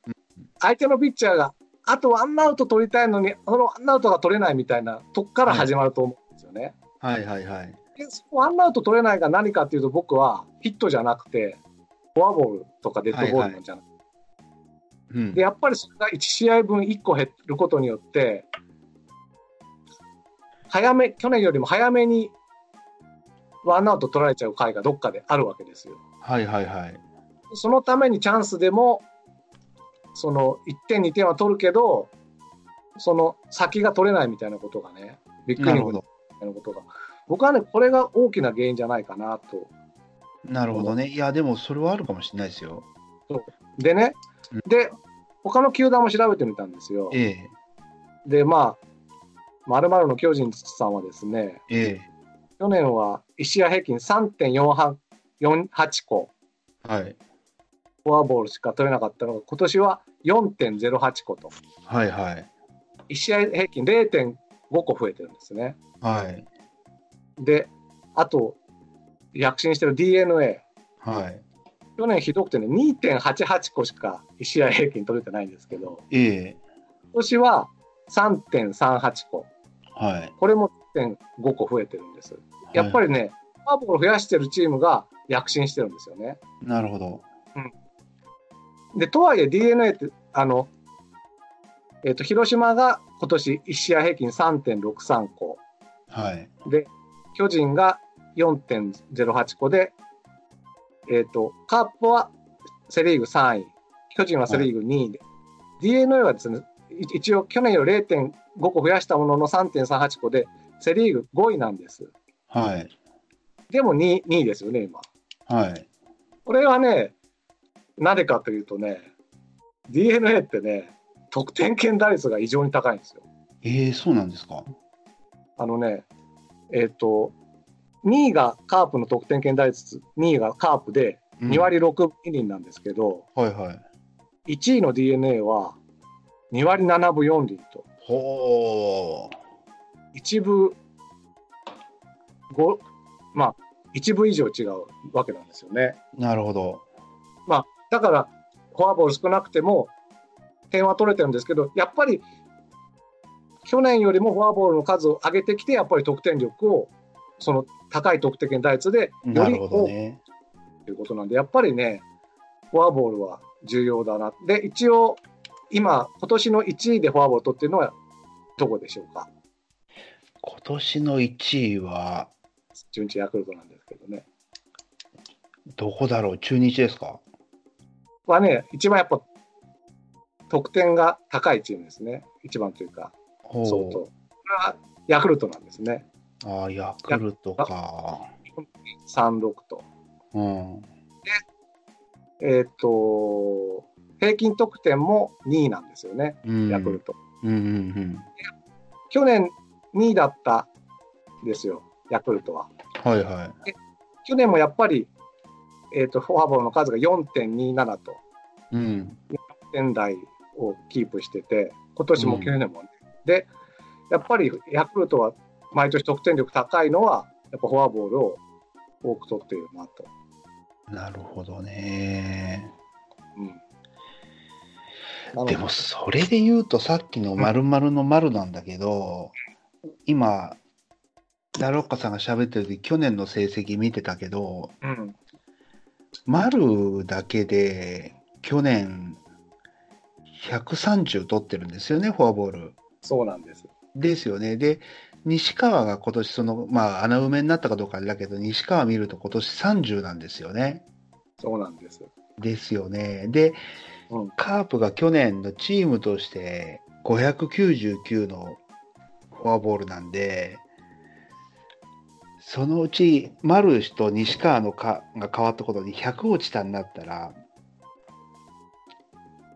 相手のピッチャーが、あとワンアウト取りたいのに、そのワンアウトが取れないみたいなとこから始まると思うんですよね。
はいはいはい。
でそこワンアウト取れないが何かっていうと、僕はヒットじゃなくて、フォアボールとかデッドボールなんじゃなくて、
うん
で、やっぱりそれが1試合分1個減ることによって、早め、去年よりも早めにワンアウト取られちゃう回がどっかであるわけですよ。
はいはいはい。
そのためにチャンスでも、その1点、2点は取るけど、その先が取れないみたいなことがね、ビッグイ
な
ニ
る
ング
ほ
み
ど。
たいなことが、僕はね、これが大きな原因じゃないかなと。
なるほどね。いや、でもそれはあるかもしれないですよ。
でね
うん、
で、他の球団も調べてみたんですよ。
ええ、
で、まあ、〇〇の巨人さんはですね、
ええ、
去年は1試合平均3.48個、
はい、
フォアボールしか取れなかったのが、今年は4.08個と、
はい、はい、
1試合平均0.5個増えてるんですね。
はい、
で、あと、躍進してる d n a
はい、
去年ひどくてね、2.88個しか1試合平均取れてないんですけど、
ええ、
今年は3.38個、
はい。
これも1.5個増えてるんです。やっぱ
り、
りね、フォアボール増やしてるチームが躍進してるんですよね。
なるほど。
で、とはいえ d n a って、あの、えっ、と、広島が今年1試合平均3.63個、
はい、
巨人が4.08個で、えっ、と、カープはセ・リーグ3位、巨人はセ・リーグ2位で、d n a はですね、い一応去年より0.5個増やしたものの3.38個で、セ・リーグ5位なんです。
はい、
でも 2, 2位ですよね、今。
はい、
これはね、なぜかというとね、d n a ってね、得点圏打率が異常に高いんですよ。
ええ、そうなんですか。
あのね、えっ、と、2位がカープの得点圏打率、2位がカープで、
うん
2。割6分2厘なんですけど、
はい、はい。
1位の d n a は2割7分4厘と、
ほー。
1部5、まあ、1部以上違うわけなんですよね。
なるほど。
だから、フォアボール少なくても、点は取れてるんですけど、やっぱり、去年よりもフォアボールの数を上げてきて、やっぱり得点力を、その高い得点圏打率で、よ
な
り
るほど
多く
ね。
ということなんで、やっぱりね、フォアボールは重要だな。で、一応、今、今年の1位でフォアボール取ってるのは、どこでしょうか。
今年の1位は、
順次ヤクルトなんですけどね。
どこだろう中日ですか
はね、一番やっぱ、得点が高いチームですね。一番というか、
ほ
相当。これはヤクルトなんですね。
ああ、ヤクルトか。
36と。
うん。
えっ、と、平均得点も2位なんですよね、
うん。
ヤクルト。
うんうん
去年2位だったんですよ、ヤクルトは。
うん。はいは
去年もやっぱり、えっ、と、フォアボールの数が4.27と、
い。うん。
仙台をキープしてて、今年も去年もね。で、やっぱりヤクルトは毎年得点力高いのは、やっぱフォアボールを多く取っているなと。
なるほどね。
うんなので
でもそれで言うとさっきの〇〇の〇なんだけど、今、ダロッカさんが喋ってる時去年の成績見てたけど、
うん、
丸だけで去年130取ってるんですよね、フォアボール。
そうなんです。
ですよね。で、西川が今年その、まあ、穴埋めになったかどうかあれだけど、西川見ると今年30なんですよね。
そうなんです。
ですよね。で、
うん
カープが去年のチームとして599のフォアボールなんで、そのうち丸と西川のかが変わったことに100落ちたんだったら、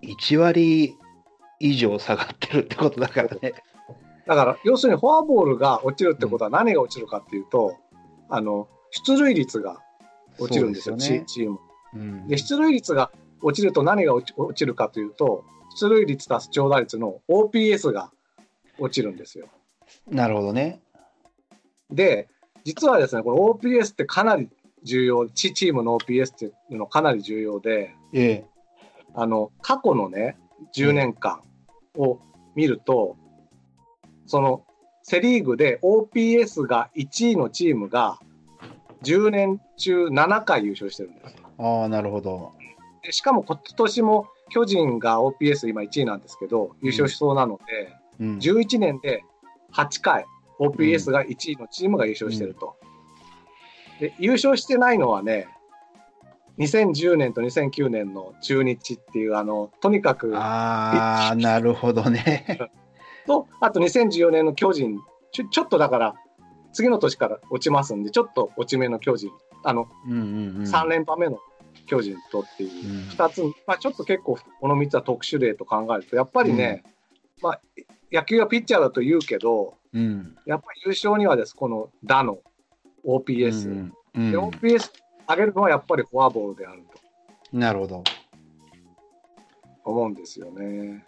1割以上下がってるってことだからね。
だから、要するにフォアボールが落ちるってことは何が落ちるかっていうと、あの、出塁率が *laughs* 落ちるんですよ、
そう
チチーム。
うん
で、出塁率が落ちると何が落ち落ちるかというと、出塁率足す長打率の OPS が落ちるんですよ。
なるほどね。
で、実はですね、これ OPS ってかなり重要、チチームの OPS っていうのかなり重要で、
ええ。
あの、過去のね、10年間を見ると、その、セリーグで OPS が1位のチームが、10年中7回優勝してるんです。
ああ、なるほど。
でしかも今年も巨人が OPS 今1位なんですけど、優勝しそうなので、
うん、
11年で8回 OPS が1位のチームが優勝してると。で優勝してないのはね、2010年と2009年の中日っていう、あの、とにかく、
ああ、なるほどね。 *laughs*
と、あと2014年の巨人、ちょちょっとだから、次の年から落ちますんで、ちょっと落ち目の巨人、あの、
うんうんうん。
3連覇目の巨人とっていうう、
ん
2つ、まあ、ちょっと結構、この3つは特殊例と考えると、やっぱりね、まあ、野球はピッチャーだと言うけど、
うん
やっぱり優勝にはです、この打の OPS、
うん
で OPS 上げるのはやっぱりフォアボールであると
なるほど
思うんですよね。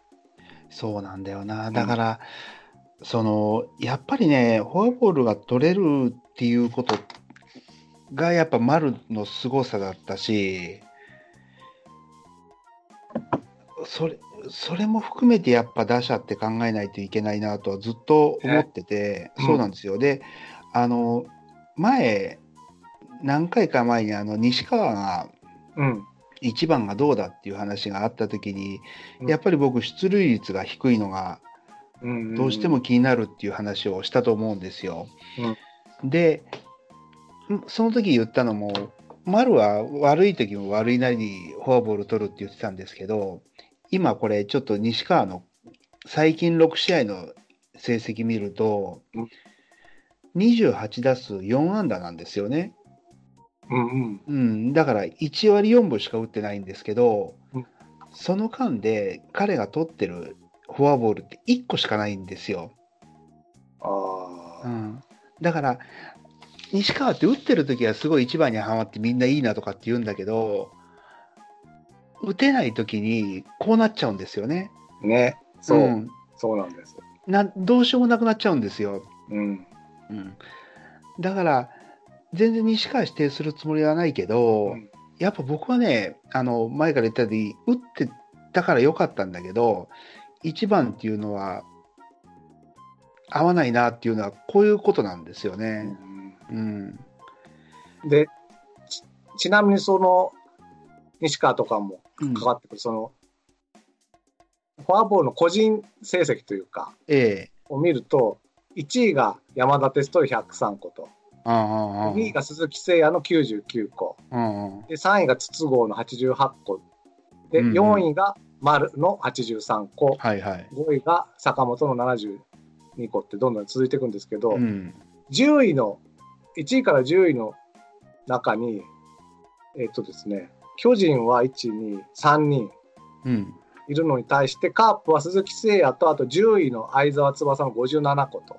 そうなんだよなだから、そのやっぱりねフォアボールが取れるっていうことがやっぱ丸の凄さだったしそれそれも含めてやっぱ打者って考えないといけないなとはずっと思ってて、
うん
そうなんですよ、であの前何回か前にあの西川が
うん、
1番がどうだっていう話があった時に
うん
やっぱり僕出塁率が低いのが
うん
どうしても気になるっていう話をしたと思うんですよ。でんその時言ったのも丸は悪い時も悪いなりにフォアボール取るって言ってたんですけど今これちょっと西川の最近6試合の成績見ると
うん
28打数4安打なんですよね。
うんうん
うん、だから1割4分しか打ってないんですけど、
うん
その間で彼が取ってるフォアボールって1個しかないんですよ。
あ
う
あ、
ん、だから西川って打ってる時はすごい1番にはまってみんないいなとかって言うんだけど打てない時にこうなっちゃうんですよね。
ね、そう、
うん
そうなんです。
などうしようもなくなっちゃうんですよ。
うん、
うん、だから全然西川否定するつもりはないけど、
うん
やっぱ僕はねあの前から言ったように打ってたから良かったんだけど1番っていうのは合わないなっていうのはこういうことなんですよ
う
ね。
ん
うん、
でち、ちなみにその、西川とかも
うん
かかってくる、その、フォアボールの個人成績というか、
ええ
を見ると、1位が山田哲人103個と、
ああああ
2位が鈴木誠也の99個、
ああ
で3位が筒香の88個、で、
うんうん
4位が丸の83個、
はいはい。
5位が坂本の72個ってどんどん続いていくんですけど、
うん
10位の、1位から10位の中に、えっとですね、巨人は1、2、3人
うん
いるのに対して、カープは鈴木誠也と、あと10位の相澤翼の57個と、
あ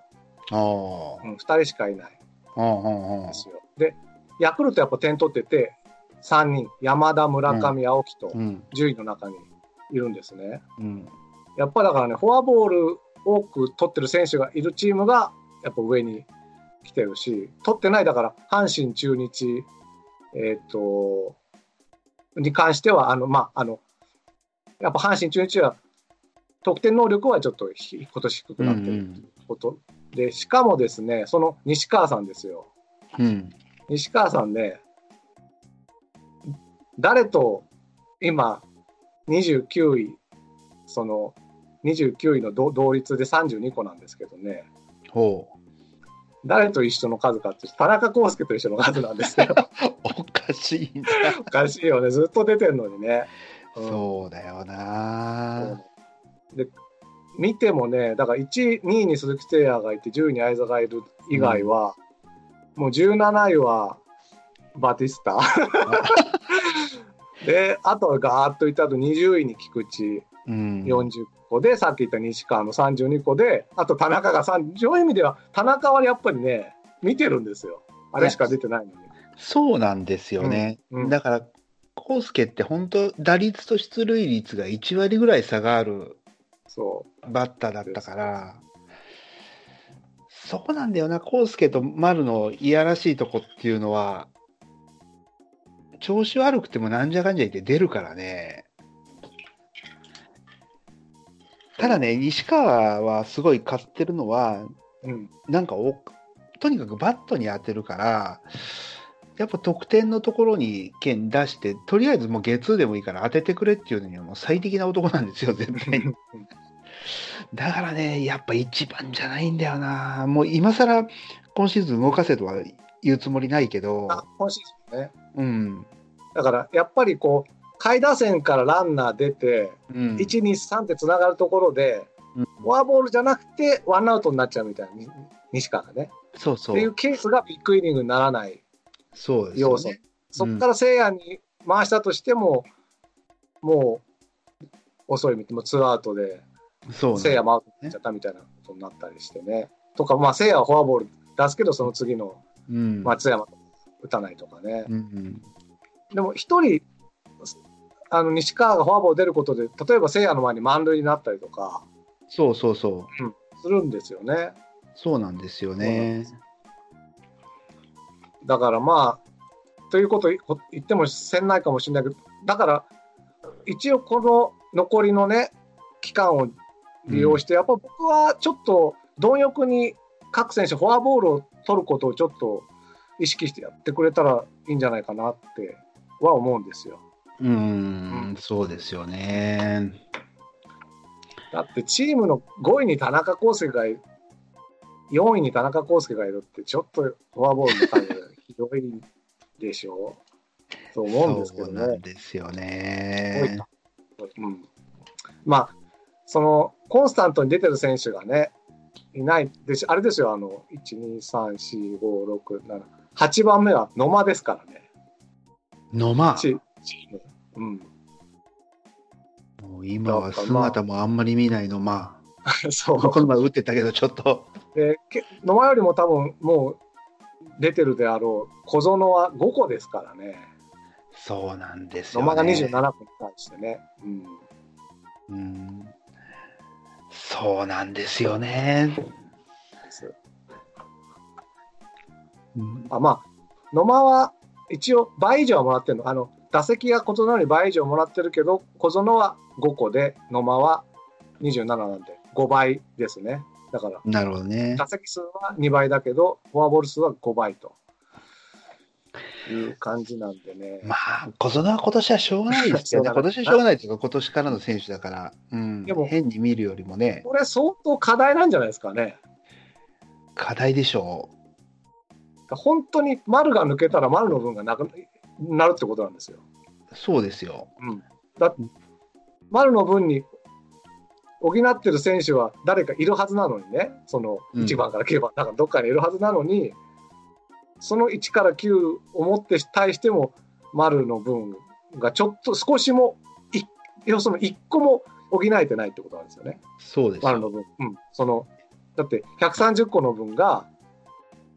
あ
うん、2人しかいない
あああ
ん
あ
ですよ。で、ヤクルトやっぱ点取ってて、3人、山田、村上、青木と
うん
10位の中にいるんですね。
うん
やっぱだからね、フォアボール多く取ってる選手がいるチームが、やっぱ上に来てるし、取ってない、だから、阪神、中日、えっ、と、に関しては、あの、まあ、あの、やっぱ阪神、中日は、得点能力はちょっとひ今年低く
う
なってる
ん
こと、で、しかもですね、その西川さんですよ。
うん
西川さんね、誰と今、29位、その29位の同同率で32個なんですけどね、
ほう
誰と一緒の数かって、田中康介と一緒の数なんですよ。
おかしいな。
おかしいよね、ずっと出てるのにね。うん
そうだよな。
で見てもね、だから1位、2位に鈴木誠也がいて、10位に相澤がいる以外は、もう17位はバティスタ。で、あとはガーッといったと20位に菊池
うん
40個で、さっき言った西川の32個で、あと田中が3、そういう意味では、田中はやっぱりね、見てるんですよ。あれしか出てないのに。
そうなんですよね。
うんうん
だから、康介って本当、打率と出塁率が1割ぐらい差がある
そ
バッターだったから、そこなんだよな、康介と丸のいやらしいとこっていうのは、調子悪くてもなんじゃかんじゃ言って出るからね。ただね、西川はすごい買ってるのは、
う。うん。
なんかおとにかくバットに当てるから、やっぱ得点のところに剣出して、とりあえずもうゲツーでもいいから当ててくれっていうのにはもう最適な男なん
*laughs*
ですよ、絶対にだからね、やっぱ一番じゃないんだよな。もう今更今シーズン動かせとは言うつもりないけど、
あ、今シーズンね。
うん。
だから、やっぱりこう、下位打線からランナー出て、
うん、
1、2、3ってつながるところで、
うん
フォアボールじゃなくて、ワンアウトになっちゃうみたいな、に西川がね。
そう
っ
そ。
ていううケースがビッグイニングにならない
そうですよ
要素。
ね。
そこから聖夜に回したとしても、もう遅い、もうツーアウトで、
そう
せいや
ね。
もアウトになっちゃったみたいなことになったりしてね。とか、まあ、せいやはフォアボール出すけど、その次の
うん。
松山打たないとかね。
うんうん、
でも、一人、あの西川がフォアボール出ることで、例えばせいやの前に満塁になったりとか
そうそうそう。
するんですよね。
そうなんですよ
そうなん
ね
で。すだからまあ、ということを言ってもせんないかもしれないけど、だから、一応この残りのね、期間を利用して、やっぱ僕はちょっと貪欲に各選手、フォアボールを取ることをちょっと意識してやってくれたらいいんじゃないかなっては思うんですよ。
うん、うんそうですよね。
だってチームの5位に田中康介がいる、4位に田中康介がいるって、ちょっとフォアボールの数がひどいでしょうと思うんですけ
そ
ど
う
ね
な。んですよね。
うん、まあそのコンスタントに出てる選手がねいないですしあれですよあの1234567番目は野間ですからね
のま
チチームうん、 *laughs*
もう今は姿もあんまり見ないのま
そ
あ、こ
う
の前打ってたけど、ちょっと、
でけ野間よりも多分もう出てるであろう小園は5個ですからね
そうなんですよ、
野
ね。
間が27個に対してね、うん、
うん。そうなんですよね。
です
うん
あまあ、野間は一応倍以上はもらってるの。あの打席が小園より倍以上もらってるけど、小園は5個で、野間は27なんで、5倍ですね。だから、
なるほどね。
打席数は2倍だけど、フォアボール数は5倍という感じなんでね。
まあ、小園は今年はしょうがないです *laughs* よね。
そうだ
今
ね
年はしょうがないというか、今年からの選手だから、うん
でも、
変に見るよりもね、
これ相当課題なんじゃないですかね。
課題でしょ
本当に丸が抜けたら丸の分がなくなるってことなんですよ。
う。そうですよ。
うんだ丸の分に補ってる選手は誰かいるはずなのにね、その
うん
1番から9番、なんかどっかにいるはずなのに、その1から9をもって対しても、丸の分がちょっと少しも、い要するに1個も補えてないってことなんですよね、
そうですよ。
丸の分。うん、そのだって130個の分が、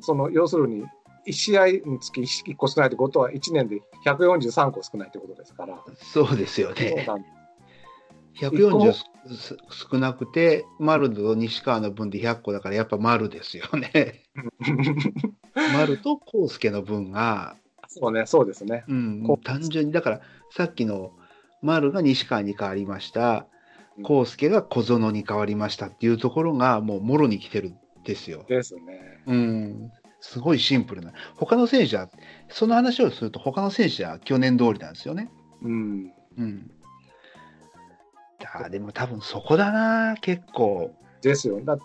その要するに1試合につき 1, 個少ないってことは、1年で143個少ないってことですから。
そうですよね。
そうなん
140すす少なくて、丸と西川の分で100個だから、やっぱ丸ですよ
*laughs*
ね。丸と康介の分が、
そうね、そうですね。
うん
こ、う
単純に、だからさっきの丸が西川に変わりました
うん、
康介が小園に変わりましたっていうところが、もうもろに来てるんですよ。
ですね。
うん、すごいシンプルな。他の選手は、その話をすると、他の選手は去年通りなんですよね。
うん。
うん。あーでも多分そこだな、結構。
ですよ。だ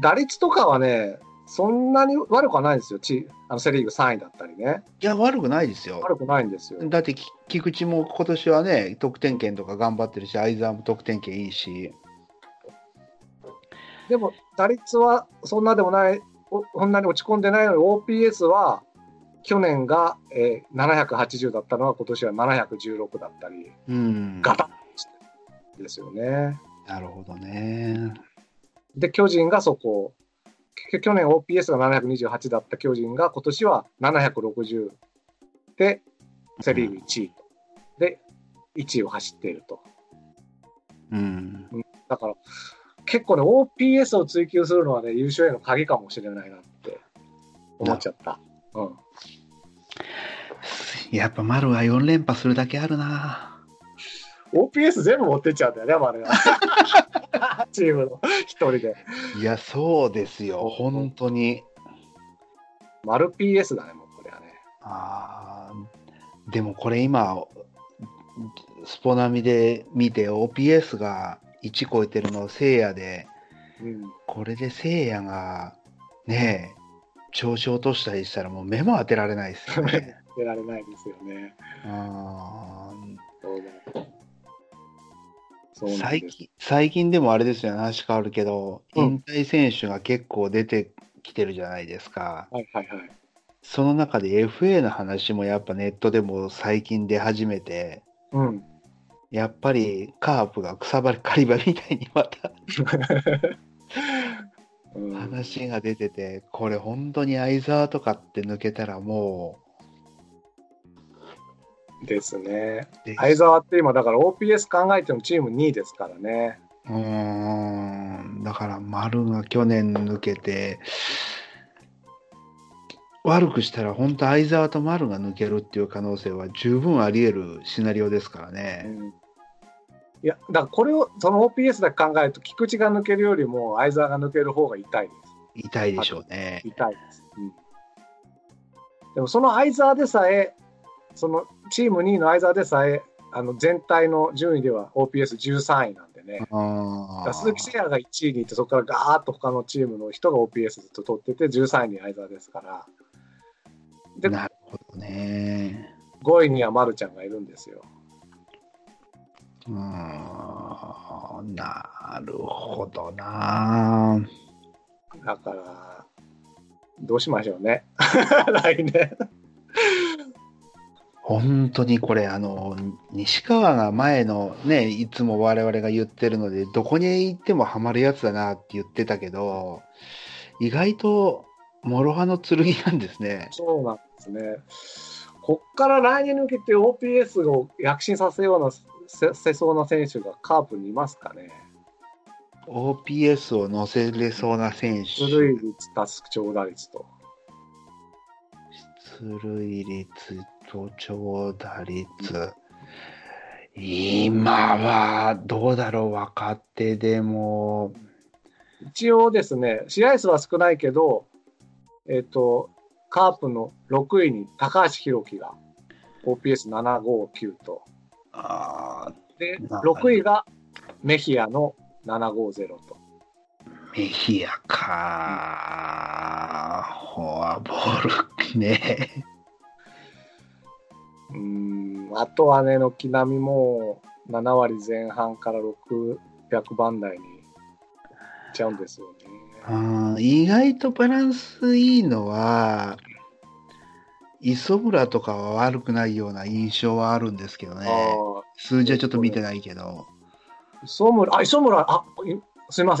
打率とかはね、そんなに悪くはないんですよ。チあのセ・リーグ3位だったりね。
いや、悪くないですよ。
悪くないんですよ。
だってき、菊池も今年はね、得点圏とか頑張ってるし、相沢も得点圏いいし、
でも、打率はそんなでもない、おそんなに落ち込んでないのに、OPS は去年が、えー、780だったのは、今年は716だったり、
うん。
ガタッですよね。
なるほどね。
で、巨人がそこ、き去年 OPS が728だった巨人が、今年は760で、セ・リーグ1位と。で、1位を走っていると。
うん。
だから、結構ね、OPS を追求するのはね、優勝への鍵かもしれないなって思っちゃった。うん。
やっぱ丸は4連覇するだけあるな。
OPS 全部持ってっちゃうんだよね、あれは。 *laughs* チームの一人で。
いや、そうですよ、本当に。
丸 PS だね、もうこれはね。
あーでもこれ今、スポナミで見て、OPS が1超えてるのをせいやで、
うん。
これでせいやが、ねえ、調子落としたりしたら、もう目も当てられないです
*laughs*
よね。
出られないですよね。
あー
そうだそうなん
最
です。
近最近でもあれですよね、話変わるけど、
うん
引退選手が結構出てきてるじゃないですか。
はいはいはい。
その中で FA の話もやっぱネットでも最近出始めて、
うん。
やっぱりカープが草張り狩り場みたいにまた
うん、
話が出てて、これ本当に相沢とかって抜けたらも
ですね。
う、
相沢って今、だから OPS 考えてもチーム2位ですからね。
うーんだから丸が去年抜けて悪くしたら本当相沢と丸が抜けるっていう可能性は十分あり得るシナリオですから
う
ね。
ん、いや、だからこれを、その OPS だけ考えると、菊池が抜けるよりも相沢が抜ける方が痛いで
痛いでしょうね
す。。痛いです。うん、でも、その相沢でさえ、そのチーム2位の相沢でさえ、あの全体の順位では OPS13 位なんでね。だ
あ
か
ー
ら鈴木誠也が1位にいて、そこからガーッと他のチームの人が OPS ずっと取ってて、13位に相沢ですから、で
なるほどね。
5位には丸ちゃんがいるんですよ。
うーんなるほどな。
だから、どうしましょうね、 *laughs* 来年。
本当にこれあの西川が前のねいつも我々が言ってるのでどこに行ってもハマるやつだなって言ってたけど意外と諸刃の剣なんですね
そうなんですね。こっから来年に向けて OPS を躍進させようなせせそうな選手がカープにいますか
*laughs*
ね。
OPS を乗せれそうな選手
出塁率、タスク長打率と。
出塁率と長打率今はどうだろう若手でも
一応ですね、試合数は少ないけど、えっ、と、カープの6位に高橋宏樹が OPS759 と、
あー
で、
なるほど
6位がメヒアの750と。
メヒアか、フォアボールね。
うーん、あとはね、軒並みもう7割前半から600番台にいっちゃうんですよね。
うん意外とバランスいいのは、磯村とかは悪くないような印象はあるんですけど
あ
ね。
ー
数字はちょっと見てないけど。
磯村、あ、磯村、あ、いすいません。